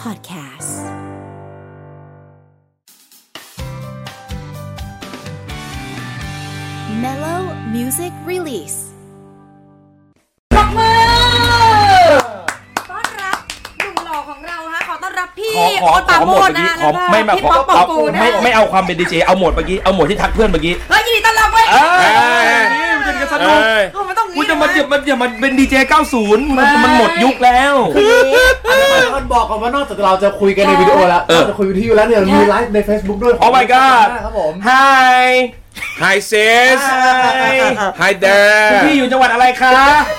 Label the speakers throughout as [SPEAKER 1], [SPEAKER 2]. [SPEAKER 1] Podcast Mellow Music Release
[SPEAKER 2] ปรบมือ
[SPEAKER 3] ต้อนรับหนุ่มหล่อของเราฮะขอต้อนรับพี่
[SPEAKER 2] ขอขอ
[SPEAKER 3] โอ๊ต
[SPEAKER 2] ข
[SPEAKER 3] ปรา
[SPEAKER 2] อ
[SPEAKER 3] โม
[SPEAKER 2] หมดเมื่อ
[SPEAKER 3] ช
[SPEAKER 2] กี้
[SPEAKER 3] นะ
[SPEAKER 2] ขอ
[SPEAKER 3] แล้วก็
[SPEAKER 2] ไม่มา
[SPEAKER 3] พี่
[SPEAKER 2] ขอ
[SPEAKER 3] ป๊อปป
[SPEAKER 2] ขอ
[SPEAKER 3] องกูลนะ
[SPEAKER 2] ไม่ไม่เอาความเป็นดีเจเอาโหมดเมื่อกี้เอาโหมดที่ทักเพื่อนเมื่อกี้
[SPEAKER 3] เฮ้ยยินดีต้อนรับเว้ย
[SPEAKER 2] เอ้ยนี่มันจะกันสนุก
[SPEAKER 3] โอ้มันต้อง
[SPEAKER 2] คุณ
[SPEAKER 3] งี้
[SPEAKER 2] จะมา
[SPEAKER 3] นะ
[SPEAKER 2] เดี๋ยวมันอย่ามันเป็นดีเจ90มันมันหมดยุคแล้ว
[SPEAKER 4] มันบอกก่อนว่านอกจากเราจะคุยกันในวิดีโอแล้ว
[SPEAKER 2] เออ
[SPEAKER 4] เราจะคุยวิทยุแล้วเนี่ยมีไลฟ์ใน Facebook ด้วย
[SPEAKER 2] Oh my god
[SPEAKER 4] ครับผม
[SPEAKER 2] Hi
[SPEAKER 5] Hi sis
[SPEAKER 2] Hi
[SPEAKER 5] Hi there
[SPEAKER 2] พี่อยู่จังหวัดอะไรคะ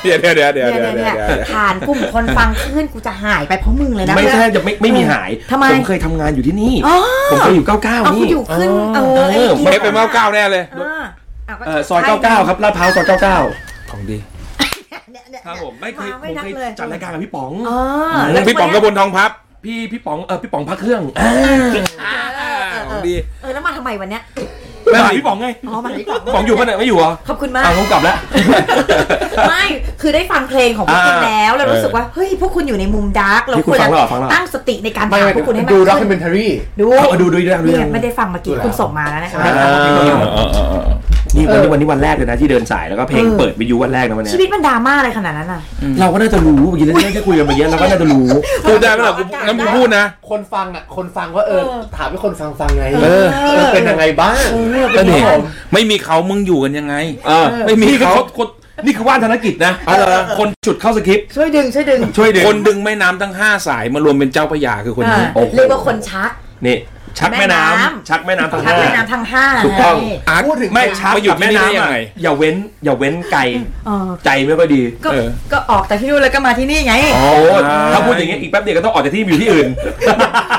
[SPEAKER 5] เดี๋ยวเดี๋ยวเดี๋ยวเดี๋ยว
[SPEAKER 3] เนี่ย
[SPEAKER 5] เดี๋ยว
[SPEAKER 3] เนี่ย
[SPEAKER 5] เดี๋
[SPEAKER 3] เนี่ย
[SPEAKER 5] วย เดี๋ยว
[SPEAKER 3] ผ่านกลุ่มคนฟังคลื่นกูจะหายไปเพราะมึงเลยนะ
[SPEAKER 2] ไม่ใช่จะไม่ไม่มีหาย
[SPEAKER 3] ทำไม
[SPEAKER 2] ผมเคยทำงานอยู่ที่นี่
[SPEAKER 3] อ๋อ
[SPEAKER 2] ผมเคยอยู่ 99
[SPEAKER 3] เอา
[SPEAKER 2] นี่
[SPEAKER 3] คุณอยู่ขึ้นเออไอ้
[SPEAKER 2] เออ
[SPEAKER 5] เทปเป็นเมาส์เก้าแน่เลย
[SPEAKER 3] อ่าอ่ะก็
[SPEAKER 2] เอ่อซอย99 ครับลาดพร้าวซอย99
[SPEAKER 5] ของดี
[SPEAKER 3] เนี่ยเนี่ยเนี่ย
[SPEAKER 2] ครับผมไม่เคย
[SPEAKER 3] า
[SPEAKER 2] ผม
[SPEAKER 3] นับ
[SPEAKER 2] เคย
[SPEAKER 3] ล
[SPEAKER 2] จัดรายการกับพี่ป๋อง
[SPEAKER 3] อ๋อ
[SPEAKER 2] แล้
[SPEAKER 3] แล้ว ว
[SPEAKER 5] พี่ป๋องกระบนทองพับ
[SPEAKER 2] พี่พี่ป๋องเออพี่ป๋องพักเครื่องอ่า
[SPEAKER 5] ของดี
[SPEAKER 3] เออแล้วมาทำไมวันเนี้ย
[SPEAKER 2] ไปหาพี่ป๋องไง
[SPEAKER 3] อ๋อมาดีกว่า
[SPEAKER 2] ป๋องอยู่ปะเนี่ยไม่อยู่เหรอ
[SPEAKER 3] ขอบคุณมาก
[SPEAKER 2] อ่ะผมกลั บแล้ว
[SPEAKER 3] ไม่ คือได้ฟังเพลงของพวกคุณ
[SPEAKER 2] อ่า
[SPEAKER 3] แล้ว แล้วรู้สึกว่า เฮ้ย พวกคุณอยู่ในมุมดาร์กเรา
[SPEAKER 2] นี่คุ
[SPEAKER 3] คว
[SPEAKER 2] ณ
[SPEAKER 3] ร
[SPEAKER 2] ฟัง
[SPEAKER 3] จะ
[SPEAKER 2] แล้วเหรอฟังแล้วเหรอ
[SPEAKER 3] ตั้งสติในการ
[SPEAKER 4] ไม่
[SPEAKER 3] ถาม
[SPEAKER 4] ไม่
[SPEAKER 3] พวกคุณให้มาก
[SPEAKER 4] ดูด็อก
[SPEAKER 3] ขึ้น
[SPEAKER 4] เมนทารี
[SPEAKER 3] ดู
[SPEAKER 2] เอาดูดูดูดู
[SPEAKER 3] เนี่ยไม่ได้ฟังเมื่อกี้
[SPEAKER 4] ดูแล้ว
[SPEAKER 3] คุณส่งมาแล้วนะคะ
[SPEAKER 2] อ่านี่
[SPEAKER 4] เอ
[SPEAKER 2] วัน
[SPEAKER 4] อ
[SPEAKER 2] นี้วันนี้วันแรกเลยนะที่เดินสายแล้วก็เพลงเปิดวิทยุวันแรกนะวันเนี้ย
[SPEAKER 3] ชีวิตมันดราม่าอะไรขนาดนั้นอ่ะ
[SPEAKER 2] เราก็น่าจะรู้เมื่อกี้เรื่องที่คุยกันมาเยอะเราก็น่าจะรู้
[SPEAKER 5] พูดได้ไหมล่ะกูงั้นกูพูดนะ
[SPEAKER 4] คนฟังอ่ะ คนฟังว่าเออ
[SPEAKER 3] เออ
[SPEAKER 4] ถามให้คนฟังฟังไง
[SPEAKER 2] เออ
[SPEAKER 4] เออเป็นยังไงบ้าง
[SPEAKER 5] ก็เนี่ยไม่มีเขามึงอยู่กันยังไง
[SPEAKER 2] เออไม่มีเขาคนนี่คือว่านธนกิจนะคนจุดเข้าสคริปต์
[SPEAKER 3] ช่วยดึง ช่วยดึง
[SPEAKER 2] ช่วยเด็ก
[SPEAKER 5] คนดึงแม่น้ำทั้งห้าสายมารวมเป็นเจ้าพระยาคือคน
[SPEAKER 3] อ่า
[SPEAKER 5] นี้
[SPEAKER 3] เรียกว่าคนชัก
[SPEAKER 2] นี่ชักแม่น้
[SPEAKER 3] แม่น้ำ
[SPEAKER 2] ำชักแม่น้ำทั้ง
[SPEAKER 3] ชัก
[SPEAKER 2] ห้า
[SPEAKER 3] แม่น้ำทางห้า
[SPEAKER 2] ถูกต้อง
[SPEAKER 3] ไ
[SPEAKER 5] อาร์ต
[SPEAKER 4] พูดถึง
[SPEAKER 2] ไม่ชัก
[SPEAKER 5] มาหยุ
[SPEAKER 2] กั
[SPEAKER 5] ด
[SPEAKER 2] บ
[SPEAKER 5] แม่
[SPEAKER 2] แม่
[SPEAKER 5] น้ำ
[SPEAKER 2] น้ำ
[SPEAKER 5] ยั
[SPEAKER 2] อ่ะ
[SPEAKER 5] งไง
[SPEAKER 2] อย่าเว้นอย่าเว้นไกล
[SPEAKER 3] เออ
[SPEAKER 2] ใจไม่ค่อยดี
[SPEAKER 3] ก็
[SPEAKER 5] เออ
[SPEAKER 3] ก็ออกจากที่นู่นแล้วก็มาที่นี่ไง
[SPEAKER 2] โอ้ถ้าพูดอย่างนี้ยอีกแป๊บเดียวก็ต้องออกจากที่อยู่ที่อื่น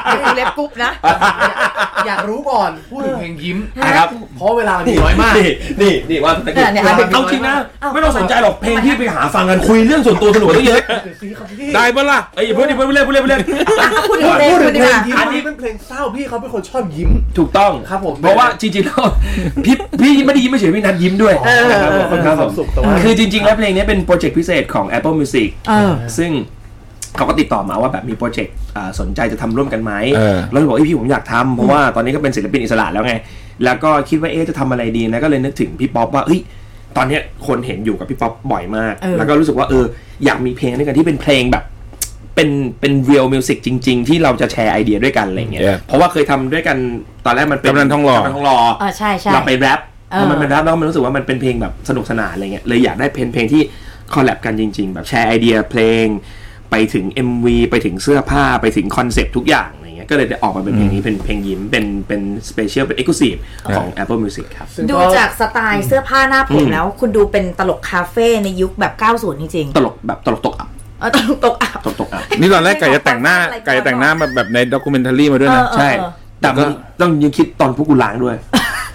[SPEAKER 3] เป็นเล็บกรุ๊ปนะ
[SPEAKER 4] อยากรู้ก่อนพูดถึงเพลงยิ้ม
[SPEAKER 2] อ่ะครับ
[SPEAKER 4] เพราะเวลามันมีน้อยมาก
[SPEAKER 2] นี่นี่นี่ว่าตะกี้
[SPEAKER 3] เนี่ย
[SPEAKER 2] เอา
[SPEAKER 3] เนี่ย
[SPEAKER 2] จริงนะ
[SPEAKER 3] เอา
[SPEAKER 2] ไม่ต้องสนใจหรอกเพลงที่ไปหาฟังกันคุยเรื่องส่วนตัวสนุกกว่าตั้งเยอะ
[SPEAKER 5] ได้ปะล่ะ
[SPEAKER 2] ไอ้ยอย่าเพื่อนอย่าเพื่อนเล่นเพื่อนเล่นเพื่อนเล่น
[SPEAKER 3] อ่ะเอาคุณ
[SPEAKER 4] พู
[SPEAKER 3] เพลง
[SPEAKER 4] ด
[SPEAKER 3] คุณ
[SPEAKER 4] ถึง
[SPEAKER 3] ดี
[SPEAKER 4] เพล
[SPEAKER 3] ก
[SPEAKER 4] ง
[SPEAKER 3] ว่า
[SPEAKER 4] ยิ้ม
[SPEAKER 2] อันนี้
[SPEAKER 4] นี่เป็นเพลงเศร้าพี่เขาเป็นคนชอบยิ้ม
[SPEAKER 2] ถูกต้อง
[SPEAKER 4] ครับผม
[SPEAKER 2] เพราะว่าจริงๆแล้ว พี่พี่ไม่ได้ยิ้มไม่เฉยพี่นัดยิ้มด้วย
[SPEAKER 4] ครับผมคนมีความสุขแต่ว่า
[SPEAKER 2] คือจริงๆแล้วเพลงนี้เป็นโปรเจกต์พิเศษของ Apple Music
[SPEAKER 3] เออ
[SPEAKER 2] ซึ่งเขาก็ติดต่อมาว่าแบบมีโปรเจกต์อ่าสนใจจะทำร่วมกันไหม
[SPEAKER 5] เออ
[SPEAKER 2] แล้วเลยบอกเอ้ยพี่ผมอยากทำเพราะว่าตอนนี้ก็เป็นศิลปินอิสระแล้วไง แล้วก็คิดว่าเอ๊ะจะทำอะไรดีนะก็เลยนึกถึงพี่ป๊อปว่าเอ้ยตอนเนี้ยคนเห็นอยู่กับพี่ป๊อปบ่อยมาก
[SPEAKER 3] เออ
[SPEAKER 2] แล้วก็รู้สึกว่าเอออยากมีเพลงด้วยกันที่เป็นเพลงแบบ เป็นเป็นเรียลมิวสิกจริง ๆ ที่เราจะแชร์ไอเดียด้วยกันอะไรเงี้ย
[SPEAKER 5] Yeah
[SPEAKER 2] เพราะว่าเคยทำด้วยกันตอนแรกมันเป็น
[SPEAKER 5] กำนันทองหล่อ
[SPEAKER 2] กำนันทองหล่อ
[SPEAKER 3] เออใช่ใช่
[SPEAKER 2] เราไปแรป
[SPEAKER 3] เอ
[SPEAKER 2] พ
[SPEAKER 3] อ
[SPEAKER 2] อมันเป็นแรปแล้วมันรู้สึกว่ามันเป็นเพลงแบบสนุกสนานอะไรเงี้ยเลยอยากได้เพลงเพลงที่คอลแลบกันจริง ๆ แบบแชร์ไอเดียเพลง ไปถึง MV ไปถึงเสื้อผ้าไปถึงคอนเซปต์ทุกอย่างอะไรเงี้ยก็เลยได้ออกมาเป็นเพลงนี้เป็นเพลงยิ้มเป็นเป็นสเปเชียลเป็นเอกลูซีฟของ Apple Music ครับ
[SPEAKER 4] ซึ่ง
[SPEAKER 3] ดู
[SPEAKER 4] ก็
[SPEAKER 3] จากสไตล์เสื้อผ้าหน้าผม
[SPEAKER 2] อืม
[SPEAKER 3] แล้ว คุณดูเป็นตลกคาเฟ่ในยุคแบบ 90 จริง
[SPEAKER 2] ตลกแบบตลกตกอับ
[SPEAKER 3] ๆเออตลกตกอับ
[SPEAKER 2] ตลกตกอับ
[SPEAKER 5] นี่ตอนแรกไก่จะแต่งหน้าไก่จะแต่งหน้ามาแบบในด็อกิเมนทารีมาด้วยนะ
[SPEAKER 3] เออ
[SPEAKER 2] ใช่ แต่มันต้องยังคิดตอนพวกกูล้างด้วย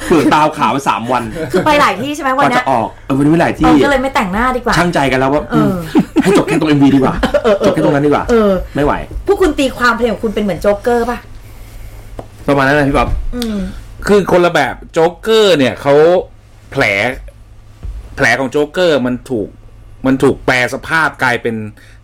[SPEAKER 2] เปลือกตาขาวไปสามวัน
[SPEAKER 3] คือไปหลายที่ใช่ไหม
[SPEAKER 2] ก
[SPEAKER 3] วัน
[SPEAKER 2] ว่า
[SPEAKER 3] เนี้
[SPEAKER 2] จะ
[SPEAKER 3] ย
[SPEAKER 2] ออกเออวันนี้ไม่หลาย
[SPEAKER 3] เอ
[SPEAKER 2] ที่
[SPEAKER 3] อก็เลยไม่แต่งหน้าดีกว่า
[SPEAKER 2] ช่างใจกันแล้วว่าอืม
[SPEAKER 3] เออ
[SPEAKER 2] ให้จบแค่ตรง MV ดีกว่าจบแค่ตรงนั้นดีกว่า
[SPEAKER 3] เออ
[SPEAKER 2] ไม่ไหว
[SPEAKER 3] พวกคุณตีความเพลงของคุณเป็นเหมือนโจ๊กเกอร์ป่ะ
[SPEAKER 2] ประมาณนั้นนะพี่ป๊อป
[SPEAKER 3] อืม
[SPEAKER 5] คือคนละแบบโจ๊กเกอร์เนี่ยเขาแผล แผลของโจ๊กเกอร์มันถูกมันถูกแปลสภาพกลายเป็น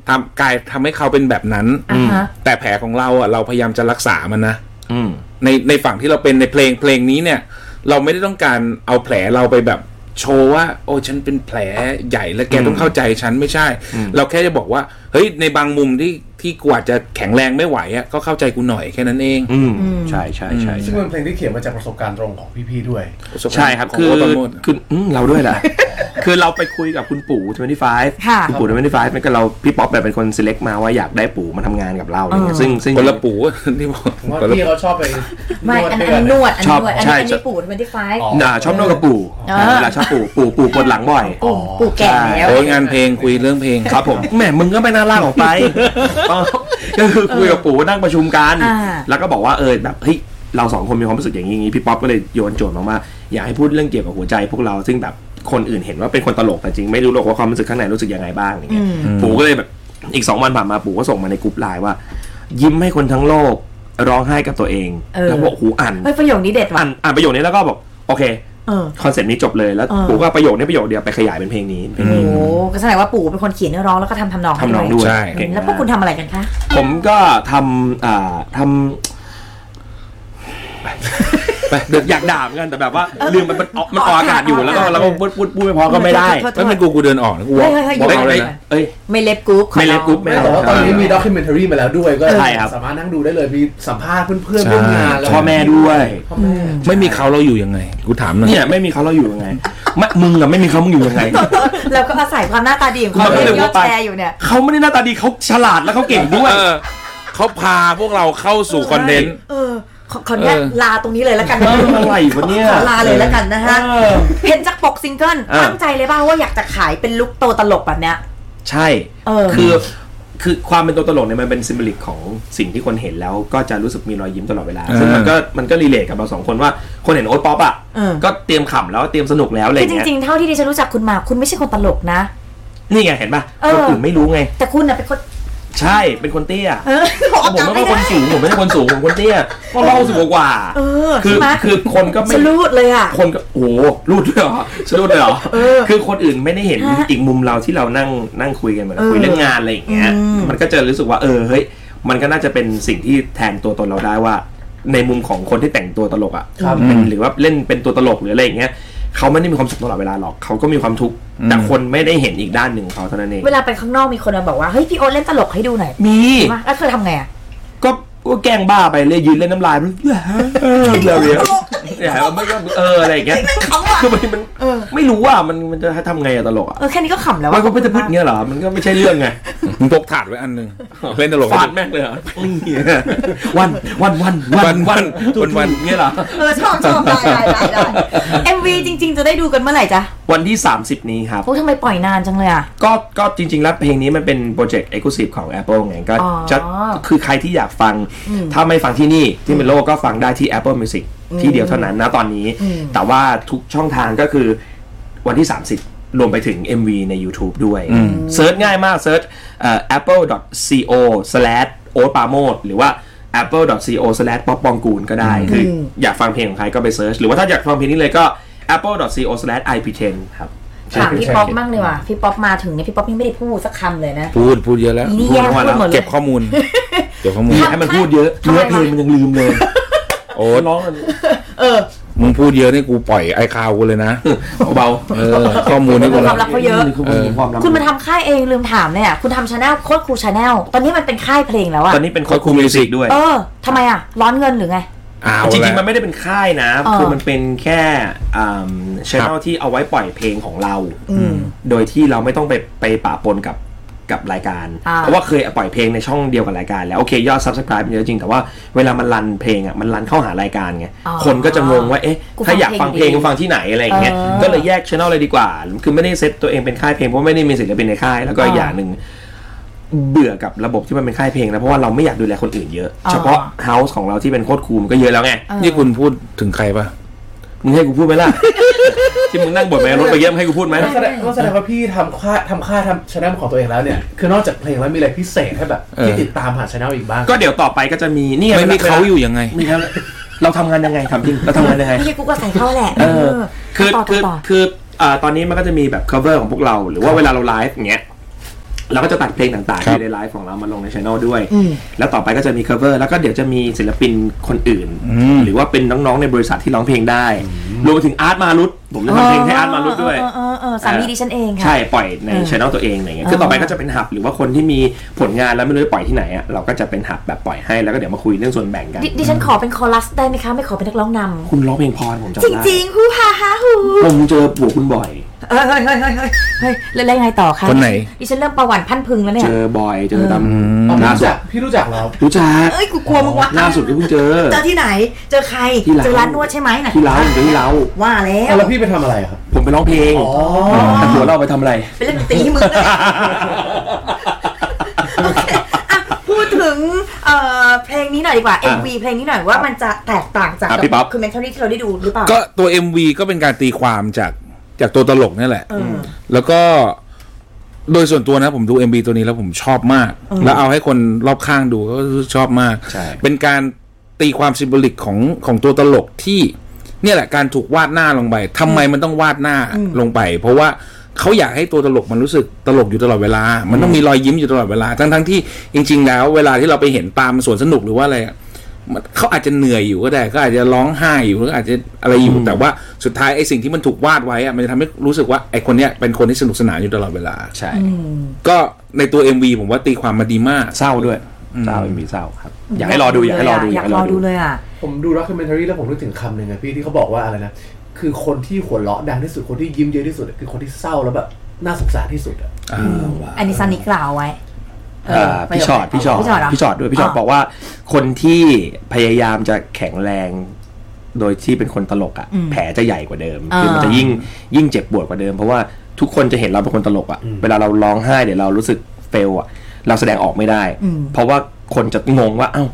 [SPEAKER 5] ทำกลายทำให้เขาเป็นแบบนั้น
[SPEAKER 3] อ่าฮะ
[SPEAKER 5] แต่แผลของเราอ่ะเราพยายามจะรักษามันนะ
[SPEAKER 2] อืม
[SPEAKER 5] ในในฝั่งที่เราเป็นในเพลงเพลงนี้เนี่ย เราไม่ได้ต้องการเอาแผลเราไปแบบโชว์ว่า โอ้ฉันเป็นแผลใหญ่และแกต้องเข้าใจฉันไม่ใช่ เราแค่จะบอกว่าเฮ้ยในบางมุมที่ที่กว่าจจะแข็งแรงไม่ไหวอ่ะก็เข้าใจกูหน่อยแค่นั้นเอง
[SPEAKER 2] อืมใช่ใช่ใช่
[SPEAKER 4] ซึ่งเป็นเพลงที่เขียนมาจากประสบการณ์ตรงของพี่ๆด้วย
[SPEAKER 2] ใช่ครับ
[SPEAKER 5] ของ
[SPEAKER 2] คือ
[SPEAKER 5] โตโมท
[SPEAKER 2] คืออืมเรา ด้วยแหละ คือเราไปคุยกับคุณปู่25
[SPEAKER 3] ค่ะ
[SPEAKER 2] ณปู่25มันก็เราพี่ป๊อปแบบเป็นคน select มาว่าอยากได้ปู่มาทำงานกับเราอะไรเงี้ยซึ่งซึ่ง
[SPEAKER 5] คนละปู่อะ ที่บอก
[SPEAKER 4] ผมว่า
[SPEAKER 5] คนละ
[SPEAKER 4] พี่เขาชอบไป
[SPEAKER 3] ไม่ อัน
[SPEAKER 4] ด้
[SPEAKER 3] อั
[SPEAKER 4] วน ยกั
[SPEAKER 3] นี้นวด
[SPEAKER 2] ชอบ
[SPEAKER 3] อันนี้นวดอัน
[SPEAKER 2] ใช่
[SPEAKER 3] นี้อัน
[SPEAKER 2] ชอ
[SPEAKER 3] นี้
[SPEAKER 2] บ
[SPEAKER 3] ปู่มันที่ไฟ
[SPEAKER 4] อ๋อ
[SPEAKER 2] น่าชอบนวดกับปู่เวลาชอบปู่ปู่ปู่ปวดหลังบ่อย
[SPEAKER 3] ปู่ปู่แก่แล้ว
[SPEAKER 5] โอ้ยงานเพลงคุยเรื่องเพลง
[SPEAKER 2] ครับผมแหมมึงก็ไม่น่าลากออกไปก็คือคุยกับปู่นั่งประชุมกัน
[SPEAKER 3] อ่า
[SPEAKER 2] แล้วก็บอกว่าเออแบบเฮ้ยเราสองคนมีความรู้สึกอย่างนี้อย่างนี้พี่ป๊อปก็เลยโยนโจทย์มาว่าอยากให้พูดเรื่องเกี่ยวกับหัวใจพวกเราซึ่งแบบคนอื่นเห็นว่าเป็นคนตลกแต่จริงไม่รู้หรอกว่าความรู้สึกข้างในรู้สึกยังไงบ้างอย่างเงี้ย
[SPEAKER 3] อืม
[SPEAKER 2] ปู่ก็เลยแบบอีกสองวันผ่านมาปู่ก็ส่งมาในกลุ่มไลน์ว่า ยิ้มให้คนทั้งโลกร้องไห้กับตัวเอง แล้วบอกหูอ่าน
[SPEAKER 3] เฮ้ยประโยคนี้เด็ดว่ะ
[SPEAKER 2] อ่านอ่านประโยคนี้แล้วก็บอกโอเค
[SPEAKER 3] เออ
[SPEAKER 2] คอนเซปต์นี้จบเลยแล้ว
[SPEAKER 3] เออ
[SPEAKER 2] ปู่ก็เอาประโยคนี้ประโยคเดียวไปขยายเป็นเพลงนี้เป็นเพลง
[SPEAKER 3] โอ้
[SPEAKER 2] นี้
[SPEAKER 3] โหก็แสดงว่าปู่เป็นคนเขียนเนื้อร้องแล้วก็ทำทำนองให้
[SPEAKER 2] ทำนองด้วย
[SPEAKER 5] ใช่
[SPEAKER 3] อืม
[SPEAKER 2] เก่ง
[SPEAKER 3] แล้วพวกคุณทำอะไรกันคะ
[SPEAKER 2] ผมก็ทำอ่าท
[SPEAKER 5] ไป
[SPEAKER 2] ำเดือกอยากด่าเหมือนกันแต่แบบว่าลืมมันมันออกมันออกอากาศอยู่แล้วก็เราก็พูดพูดพูดไม่พอก็ไม่ได้
[SPEAKER 3] โทษโทษโท
[SPEAKER 5] ถ้า
[SPEAKER 3] ษ
[SPEAKER 5] เป็นกูกูเดินออกนะกูวอล์ก
[SPEAKER 3] เฮ้ยเฮ้ย
[SPEAKER 5] บอก
[SPEAKER 3] เฮ้ย
[SPEAKER 5] เอาเลยนะ
[SPEAKER 2] เอ้ย
[SPEAKER 3] ไม่เล็บกรุ๊ปขอ
[SPEAKER 2] ไม่เล็บกรุ๊ปไม่
[SPEAKER 4] แต่ว่าตอนนี้มีด็อกิเมนทารีมาแล้วด้วยก็
[SPEAKER 2] ใช่ครับ
[SPEAKER 4] สามารถนั่งดูได้เลยมีสัมภาษณ์เพื่อนๆร่วมงาน
[SPEAKER 2] พ่อแม่ด้วย
[SPEAKER 4] พ่อแม่
[SPEAKER 5] ไม่มีเขาเราอยู่ยังไง กูถามหน่อย
[SPEAKER 2] เนี่ยไม่มีเขาเราอยู่ยังไงไม่มึงอะไม่มีเขามึงอยู่ ยังไง
[SPEAKER 3] แล้วก็อาศัยความหน้าตาดีของเขา
[SPEAKER 2] มันก็เลย
[SPEAKER 3] ที่ยอด
[SPEAKER 2] ว่าไป
[SPEAKER 3] แชร์อยู่เนี่ย
[SPEAKER 2] เขาไม่ได้หน้าตาดีเขาฉลาดแล้วเขาเก่งด้วย
[SPEAKER 5] เออเขาพาพวกเราเข้าสู่คอนเทนต์
[SPEAKER 3] เออขอขออนุญาต
[SPEAKER 5] เออ
[SPEAKER 3] ลาตรงนี้เลยแล้วกัน
[SPEAKER 2] เอออะไรวะเนี่ย
[SPEAKER 3] ขอลาเลยแล้วกันนะฮะ
[SPEAKER 2] เออ
[SPEAKER 3] เห็นจากปกซิงเกิล
[SPEAKER 2] อ่ะ
[SPEAKER 3] ตั้งใจเลยป่ะว่าอยากจะขายเป็นลุคโตตลกแบบเนี้ย
[SPEAKER 2] ใช่
[SPEAKER 3] เออ
[SPEAKER 2] คือคือความเป็นตัวตลกเนี่ยมันเป็นซิมบลิกของสิ่งที่คนเห็นแล้วก็จะรู้สึกมีรอยยิ้มตลอดเวลา ซึ่งมันก็มันก็รีเลทกับเราสองคนว่า คนเห็นโอ๊ตป๊อปอ่ะก็เตรียมขำแล้วเตรียมสนุกแล้วอะไรอ
[SPEAKER 3] คือย่าง
[SPEAKER 2] เงี้ย
[SPEAKER 3] จริงๆ เท่าที่ดิฉันรู้จักคุณมาคุณไม่ใช่คนตลกนะ
[SPEAKER 2] นี่ไงเห็นป่ะ
[SPEAKER 3] เออ
[SPEAKER 2] คนอื่นไม่รู้ไง
[SPEAKER 3] แต่คุณน่ะเป็นคน
[SPEAKER 2] ใช่เป็นคนเตี้ย
[SPEAKER 3] เออบอก
[SPEAKER 2] ผม
[SPEAKER 3] จำ
[SPEAKER 2] ไม่ใช่
[SPEAKER 3] ไม่ได้
[SPEAKER 2] คนสูงผมไม่ใช่คนสูงผมคนเตี้ยก็เล่าสูงกว่า
[SPEAKER 3] เออ
[SPEAKER 2] คือ
[SPEAKER 3] ใช่ไหม
[SPEAKER 2] คือคนก็ไม่
[SPEAKER 3] ฉันรูดเลยอ่ะ
[SPEAKER 2] คนก็โอ้โหรูดด้วยเหรอฉันรูดด้วยเหรอคือคนอื่นไม่ได้เห็น
[SPEAKER 3] ฮะ
[SPEAKER 2] อีกมุมเราที่เรานั่งนั่งคุยกันเหมือน
[SPEAKER 3] เออ
[SPEAKER 2] คุยเรื่องงานอะไรอย่างเงี้ย
[SPEAKER 3] อืม
[SPEAKER 2] มันก็จะรู้สึกว่าเออเฮ้ยมันก็น่าจะเป็นสิ่งที่แทนตัวตนเราได้ว่า ในมุมของคนที่แต่งตัวตลกอ่ะเป็นหรือว่าเล่นเป็นตัวตลกหรืออะไรอย่างเงี้ยเขาไม่ได้มีความสุขตลอดเวลาหรอกเขาก็มีความทุกข์แต่คนไม่ได้เห็นอีกด้านหนึ่งของเขาเท่านั้นเอง
[SPEAKER 3] เวลาไปข้างนอกมีคนมาบอกว่า เฮ้ย พี่โอตเล่นตลกให้ดูหน่อย
[SPEAKER 2] มี
[SPEAKER 3] ใช่ปะแล้วเธอทำไงอ่ะ
[SPEAKER 2] ก็ก็แกล้งบ้าไปเลยยืนเล่นน้ำลายเรื่อยเออเรื่อยเรื่อยเนี่ยมันก็เอออะไรอย่างเงี้ยคือมันมัน
[SPEAKER 3] เออ
[SPEAKER 2] ไม่รู้ว่ามันมันจะให้ทำไงอะตลกอะ
[SPEAKER 3] เออแค่นี้ก็ขำแล้ว
[SPEAKER 2] มั
[SPEAKER 3] ว่าน
[SPEAKER 2] ก็ไม่จะพูดอย่างเงี้ยเหรอ มันก็ไม่ใช่เรื่องไง
[SPEAKER 5] มึงพกถาดไว้อันหนึง เล่นตลก
[SPEAKER 2] ฟาดแม่งเลยเหรอวันวันวัน
[SPEAKER 5] วันวัน
[SPEAKER 2] ทุ
[SPEAKER 5] วัน น
[SPEAKER 2] วั
[SPEAKER 5] วัน น
[SPEAKER 2] เงี้ยเหรอ
[SPEAKER 3] เออชอบชอบได้ได้ได้ได้ MV จริง ๆ จะได้ดูกันเมื่อไหร่จ๊ะ
[SPEAKER 2] วันที่ 30 นี้ครับ
[SPEAKER 3] โอ้ทำไมปล่อยนานจังเลยอ่ะ
[SPEAKER 2] ก็ก็จริง ๆ แล้วเพลงนี้มันเป็นโปรเจกต์ Exclusive ของ Apple ไง ก็
[SPEAKER 3] อ๋อ
[SPEAKER 2] จะคือใครที่อยากฟัง ถ้าไม่ฟังที่นี่ที่เมโลก็ฟังได้ที่ Apple Music ที่เดียวเท่านั้นนะตอนนี้ แต่ว่าทุกช่องทางก็คือวันที่ 30 รวมไปถึง MV ใน YouTube ด้วยเซิร์ชง่ายมากเซิร์ชเอ่อ apple.co slash โอ๊ตปาโมดหรือว่า apple.co slash ป๊อปปองกูลก็ได้ คืออยากฟังเพลงของใครก็ไปเซิร์ชหรือว่าถ้าอยากฟังเพลงนี้เลยก็ apple.co slash ip10 ครับ
[SPEAKER 3] ถามพี่ป๊อปมั่งเลยว่ะพี่ป๊อปมาถึงเนี่ยพี่ป๊อปยังไม่ได้พูดสักคำเลยนะ
[SPEAKER 5] พูดพูดเยอะแล้ว
[SPEAKER 3] อีนี่แย่งพูดหมดเล
[SPEAKER 5] เก็
[SPEAKER 3] ย
[SPEAKER 5] บข้อมูล เก็บข้อมูล
[SPEAKER 2] อย่าให้มันพูดเยอะ
[SPEAKER 3] ทำไม
[SPEAKER 2] เนื้อ
[SPEAKER 3] วะ
[SPEAKER 2] เพลงมันยังลืมเลย
[SPEAKER 5] โอ๊ต
[SPEAKER 2] ร้องกัน
[SPEAKER 5] มึงพูดเยอะนี่กูปล่อยไอคาวกูเลยนะ
[SPEAKER 2] เบา
[SPEAKER 5] เออ ข้อมูลนี่กู
[SPEAKER 3] ค
[SPEAKER 5] รั
[SPEAKER 3] วา
[SPEAKER 5] บ
[SPEAKER 3] มลับเขาเยอะ
[SPEAKER 2] คือมันมีความลับ
[SPEAKER 3] คุณมาทำค่ายเองลืมถามเนี่ยคุณทำชาแนลโคตรครูชาแนลตอนนี้มันเป็นค่ายเพลงแล้วอะ
[SPEAKER 2] ตอนนี้เป็นโค้ชครูมิวสิกด้วย
[SPEAKER 3] เออทำไมอะร้อนเงินหรือไง
[SPEAKER 5] อ้าว
[SPEAKER 2] จริงๆ มั
[SPEAKER 5] แล้ว
[SPEAKER 2] นไม่ได้เป็นค่ายนะ
[SPEAKER 3] เออ
[SPEAKER 2] คือมันเป็นแค่ช่องที่เอาไว้ปล่อยเพลงของเรา โดยที่เราไม่ต้องไปไปปะปนกับกับรายการ
[SPEAKER 3] อ่า
[SPEAKER 2] เพราะว่าเคยปล่อยเพลงในช่องเดียวกับรายการแล้ว โอเคยอด subscribe มันเยอะจริง แต่ว่าเวลามันรันเพลงอ่ะ มันรันเข้าหารายการไง คนก็จะงงว่า เอ๊ะ ถ้าอยากฟังเพลงฟังที่ไหนอะไรอย่างเงี้ย ก็เลยแยกช่องเลยดีกว่า คือไม่ได้เซตตัวเองเป็นค่ายเพลงเพราะไม่ได้มีศิลปินในค่าย แล้วก็อย่างหนึ่ง เบื่อกับระบบที่มันเป็นค่ายเพลงนะเพราะว่าเราไม่อยากดูแลคนอื่นเยอะ
[SPEAKER 3] อ๋อ
[SPEAKER 2] เฉพาะเฮาส์ของเราที่เป็นโคตรคูมนก็เยอะแล้วไง
[SPEAKER 5] นี่คุณพูดถึงใครปะ
[SPEAKER 2] มึงให้กูพูดไหมล่ะ ที่มึงนั่งบดแมวรถไปเยี่ยมให้กูพูดไหม
[SPEAKER 4] ก็แสดงก็แสดงว่าพี่ทำค่าทำค่าทำชแนลของตัวเองแล้วเนี่ย คือนอกจากเพลงแล้วมีอะไรพิเศษให้แบบที่ติดตามผ่านชแนลอีกบ้าง
[SPEAKER 2] ก็เดี๋ยวต่อไปก็จะมีนี่ง
[SPEAKER 5] ไม่มีเขาอยู่ยังไง
[SPEAKER 2] มีเขาเราทำงานยังไงทำจ ริงเราทำงานยังไง
[SPEAKER 3] ไม่ใช่กูก็ใส่เข้าแหละ
[SPEAKER 2] เออคือ
[SPEAKER 3] ต่อ
[SPEAKER 2] คือ
[SPEAKER 3] ต่อ
[SPEAKER 2] คืออ่าตอนนี้มันก็จะมีแบบ cover ของพวกเรา หรือว่าเวลาเราไลฟ์อย่างเงี้ยเราก็จะตัดเพลงต่างๆ
[SPEAKER 5] ครับ
[SPEAKER 2] ที่ในไลฟ์ของเรามาลงในช anel ด้วย แล้วต่อไปก็จะมี cover แล้วก็เดี๋ยวจะมีศิลปินคนอื่น หรือว่าเป็นน้องๆในบริษัทที่ร้องเพลงได้รวมไปถึงอาร์ตมารุตผมจะทำเพลงให้อาร์ตมารุตด้วย
[SPEAKER 3] เออเออเออสามีดิฉันเองค่ะ
[SPEAKER 2] ใช่ปล่อยในช่องตัวเองอะไรเงี้ยคือต่อไปก็จะเป็นหับหรือว่าคนที่มีผลงานแล้วไม่รู้จะปล่อยที่ไหนอ่ะเราก็จะเป็นหับแบบปล่อยให้แล้วก็เดี๋ยวมาคุยเรื่องส่วนแบ่งกัน
[SPEAKER 3] ดิดิฉันขอเป็นคอรัสได้ไหมคะ ไม่ขอเป็นนักร้องน
[SPEAKER 2] คุณร้องเพลงพรผมจำ
[SPEAKER 3] ำจ
[SPEAKER 2] ได้
[SPEAKER 3] ริง ๆ ฮูฮาฮาฮู
[SPEAKER 2] ผมเจอปู่คุณบ่อย
[SPEAKER 3] เฮ้ยเฮ้ยเฮ้ยเฮ้ยเฮ้ยแล้วแล้วยังไงต่อคะ
[SPEAKER 5] คนไหน
[SPEAKER 3] ดิฉันเริ่มประวัติพันพึงแล้วเนี่
[SPEAKER 2] เจ
[SPEAKER 3] ย
[SPEAKER 2] อบ่อยเจอตาม
[SPEAKER 4] อ๋อพี่
[SPEAKER 2] ล่า
[SPEAKER 4] รู้
[SPEAKER 2] สุด
[SPEAKER 4] จักพี่รู้จักเหรา
[SPEAKER 2] รู้จัก
[SPEAKER 3] เอ้ยกูกลัวมึงวะ
[SPEAKER 2] ล่าสุดก็เพิ่งเจอ
[SPEAKER 3] เจอที่ไหน เจอใคร
[SPEAKER 2] ที่ร้าน
[SPEAKER 3] เจอร้านนวดใช่ไหมน่ะ
[SPEAKER 2] ที่เล้าเดี๋ยวที่เล้า
[SPEAKER 3] ว่าแล้
[SPEAKER 4] เอา
[SPEAKER 3] ว
[SPEAKER 4] แล้วพี่ไปทำอะไรอะครับ
[SPEAKER 2] ผมไปร้องเพลง
[SPEAKER 4] อ๋อ
[SPEAKER 2] แต่ผัวเราไปทำอะไร
[SPEAKER 3] เป็นเรื่องตีมึงนะ โอเคอ่ะพูดถึงเอ่อเพลงนี้หน่อยดีกว่า
[SPEAKER 2] อ่ะ
[SPEAKER 3] MV เพลงนี้หน่อยว่ามันจะแตกต่างจาก
[SPEAKER 2] อ่ะพี่ป๊อป
[SPEAKER 3] คือเมนทอรี่ที่เราได้ดูหรือเปล่า
[SPEAKER 5] ก็ตัว MV ก็เป็นการตีความจากจากตัวตลกนี่แหละ แล้วก็โดยส่วนตัวนะผมดู MB ตัวนี้แล้วผมชอบมาก แล้วเอาให้คนรอบข้างดูก็รู้สึกชอบมาก
[SPEAKER 2] ใช่
[SPEAKER 5] เป็นการตีความซิมบลิกของของตัวตลกที่ เนี่ยแหละการถูกวาดหน้าลงไปทำไมมันต้องวาดหน้าลงไป เพราะว่าเขาอยากให้ตัวตลกมันรู้สึกตลกอยู่ตลอดเวลา มันต้องมีรอยยิ้มอยู่ตลอดเวลา ทั้งๆที่จริง ๆ แล้วเวลาที่เราไปเห็นตามสวนสนุกหรือว่าอะไรอะมันเขาอาจจะเหนื่อยอยู่ก็ได้เขาอาจจะร้องไห้อยู่หรืออาจจะอะไรอยู่แต่ว่าสุดท้ายไอ้สิ่งที่มันถูกวาดไว้อะมันจะทำให้รู้สึกว่าไอ้คนเนี้ยเป็นคนที่สนุกสนานอยู่ตลอดเวลา
[SPEAKER 2] ใช่
[SPEAKER 5] ก็ในตัว MV ผมว่าตีความมาดีมาก
[SPEAKER 2] เศร้าด้วยเศร้ามีเศร้าครับ อยากให้รอดูอยากให้รอดู
[SPEAKER 3] อยากรอดูเลยอ่ะ
[SPEAKER 4] ผมดูด็อก m เ n น a r y แล้วผมนึกถึงคำหนึ่งอะพี่ที่เขาบอกว่าอะไรนะ คือคนที่หัวเราะดังที่สุดคนที่ยิ้มเยอะที่สุดอะคือคนที่เศร้าแล้วแบบน่าสงสารที่สุดอะ
[SPEAKER 3] อันนี้ซันนิกล่าวไว้เ
[SPEAKER 2] เอ่อพี่ชอดพี่ชอด
[SPEAKER 3] พี่ชอดเหร
[SPEAKER 2] พี่ชอดด้วยพี่ชอดบอกว่า คนที่พยายามจะแข็งแรง โดยที่เป็นคนตลกอ่ะแผลจะใหญ่กว่าเดิม
[SPEAKER 3] เออ
[SPEAKER 2] คือมันจะยิ่งยิ่งเจ็บปวดกว่าเดิม เพราะว่าทุกคนจะเห็นเราเป็นคนตลกอ่ะเวลาเราร้องไห้เดี๋ยวเรารู้สึกเฟลอ่ะ เราแสดงออกไม่ได้ เพราะว่าคนจะงงว่าเอ้า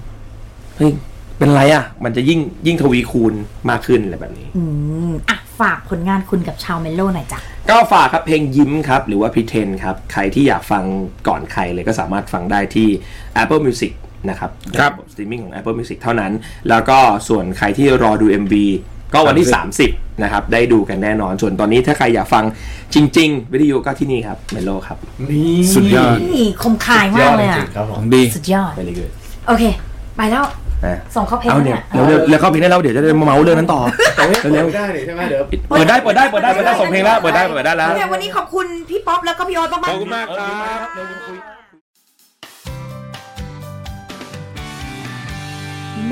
[SPEAKER 2] เฮ้ยเป็นไรอ่ะ มันจะยิ่งยิ่งทวีคูณมากขึ้นอะไรแบบนี้
[SPEAKER 3] อืมอ่ะฝากผลงานคุณกับชาวเมลโล่หน่อยจ้ะ
[SPEAKER 2] ก็ฝากครับเพลงยิ้มครับ หรือว่าพิเทนครับ ใครที่อยากฟังก่อนใครเลยก็สามารถฟังได้ที่ Apple Music นะครับ
[SPEAKER 5] ครับ
[SPEAKER 2] สตรีมมิ่งของ Apple Music เท่านั้น แล้วก็ส่วนใครที่รอดู MV ก็วันที่ 30 นะครับ ได้ดูกันแน่นอน ส่วนตอนนี้ถ้าใครอยากฟังจริง ๆ วิดีโอก็ที่นี่ครับเมโลครับ
[SPEAKER 4] นี่
[SPEAKER 5] สุดยอด
[SPEAKER 3] นี่คมคายมากเลย
[SPEAKER 4] จ
[SPEAKER 3] อ่ะ
[SPEAKER 4] ริงๆครับผ
[SPEAKER 5] ข
[SPEAKER 4] ม
[SPEAKER 5] องดี
[SPEAKER 3] สุดยอด
[SPEAKER 2] ไปเลยเลย
[SPEAKER 3] โอเค ไปแล้ว
[SPEAKER 2] นะ
[SPEAKER 3] ส่งเข้าเพลง
[SPEAKER 2] เอาเนี่ย
[SPEAKER 3] นะ
[SPEAKER 2] เร็วเร็วเร็วเข้าเพลงได้แล้วเดี๋ยวจะได้เมาส์เรื่องนั้นต่อ
[SPEAKER 4] เฮ้ย
[SPEAKER 2] เร็ว
[SPEAKER 4] ไม่ได้นี่ใช่ไหมเดี๋ยว
[SPEAKER 2] ๆเปิดได้เปิดได้เปิดได้เปิดได้ส่งเพลงแล้วเปิดได้เปิดได้แล้ว
[SPEAKER 6] แต่วันนี้ขอบคุณพี่ป๊อปแล้วก็พี่โอ๊ตมากๆ
[SPEAKER 5] ขอบคุณมากครับ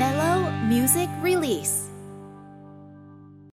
[SPEAKER 1] Mellow Music Release.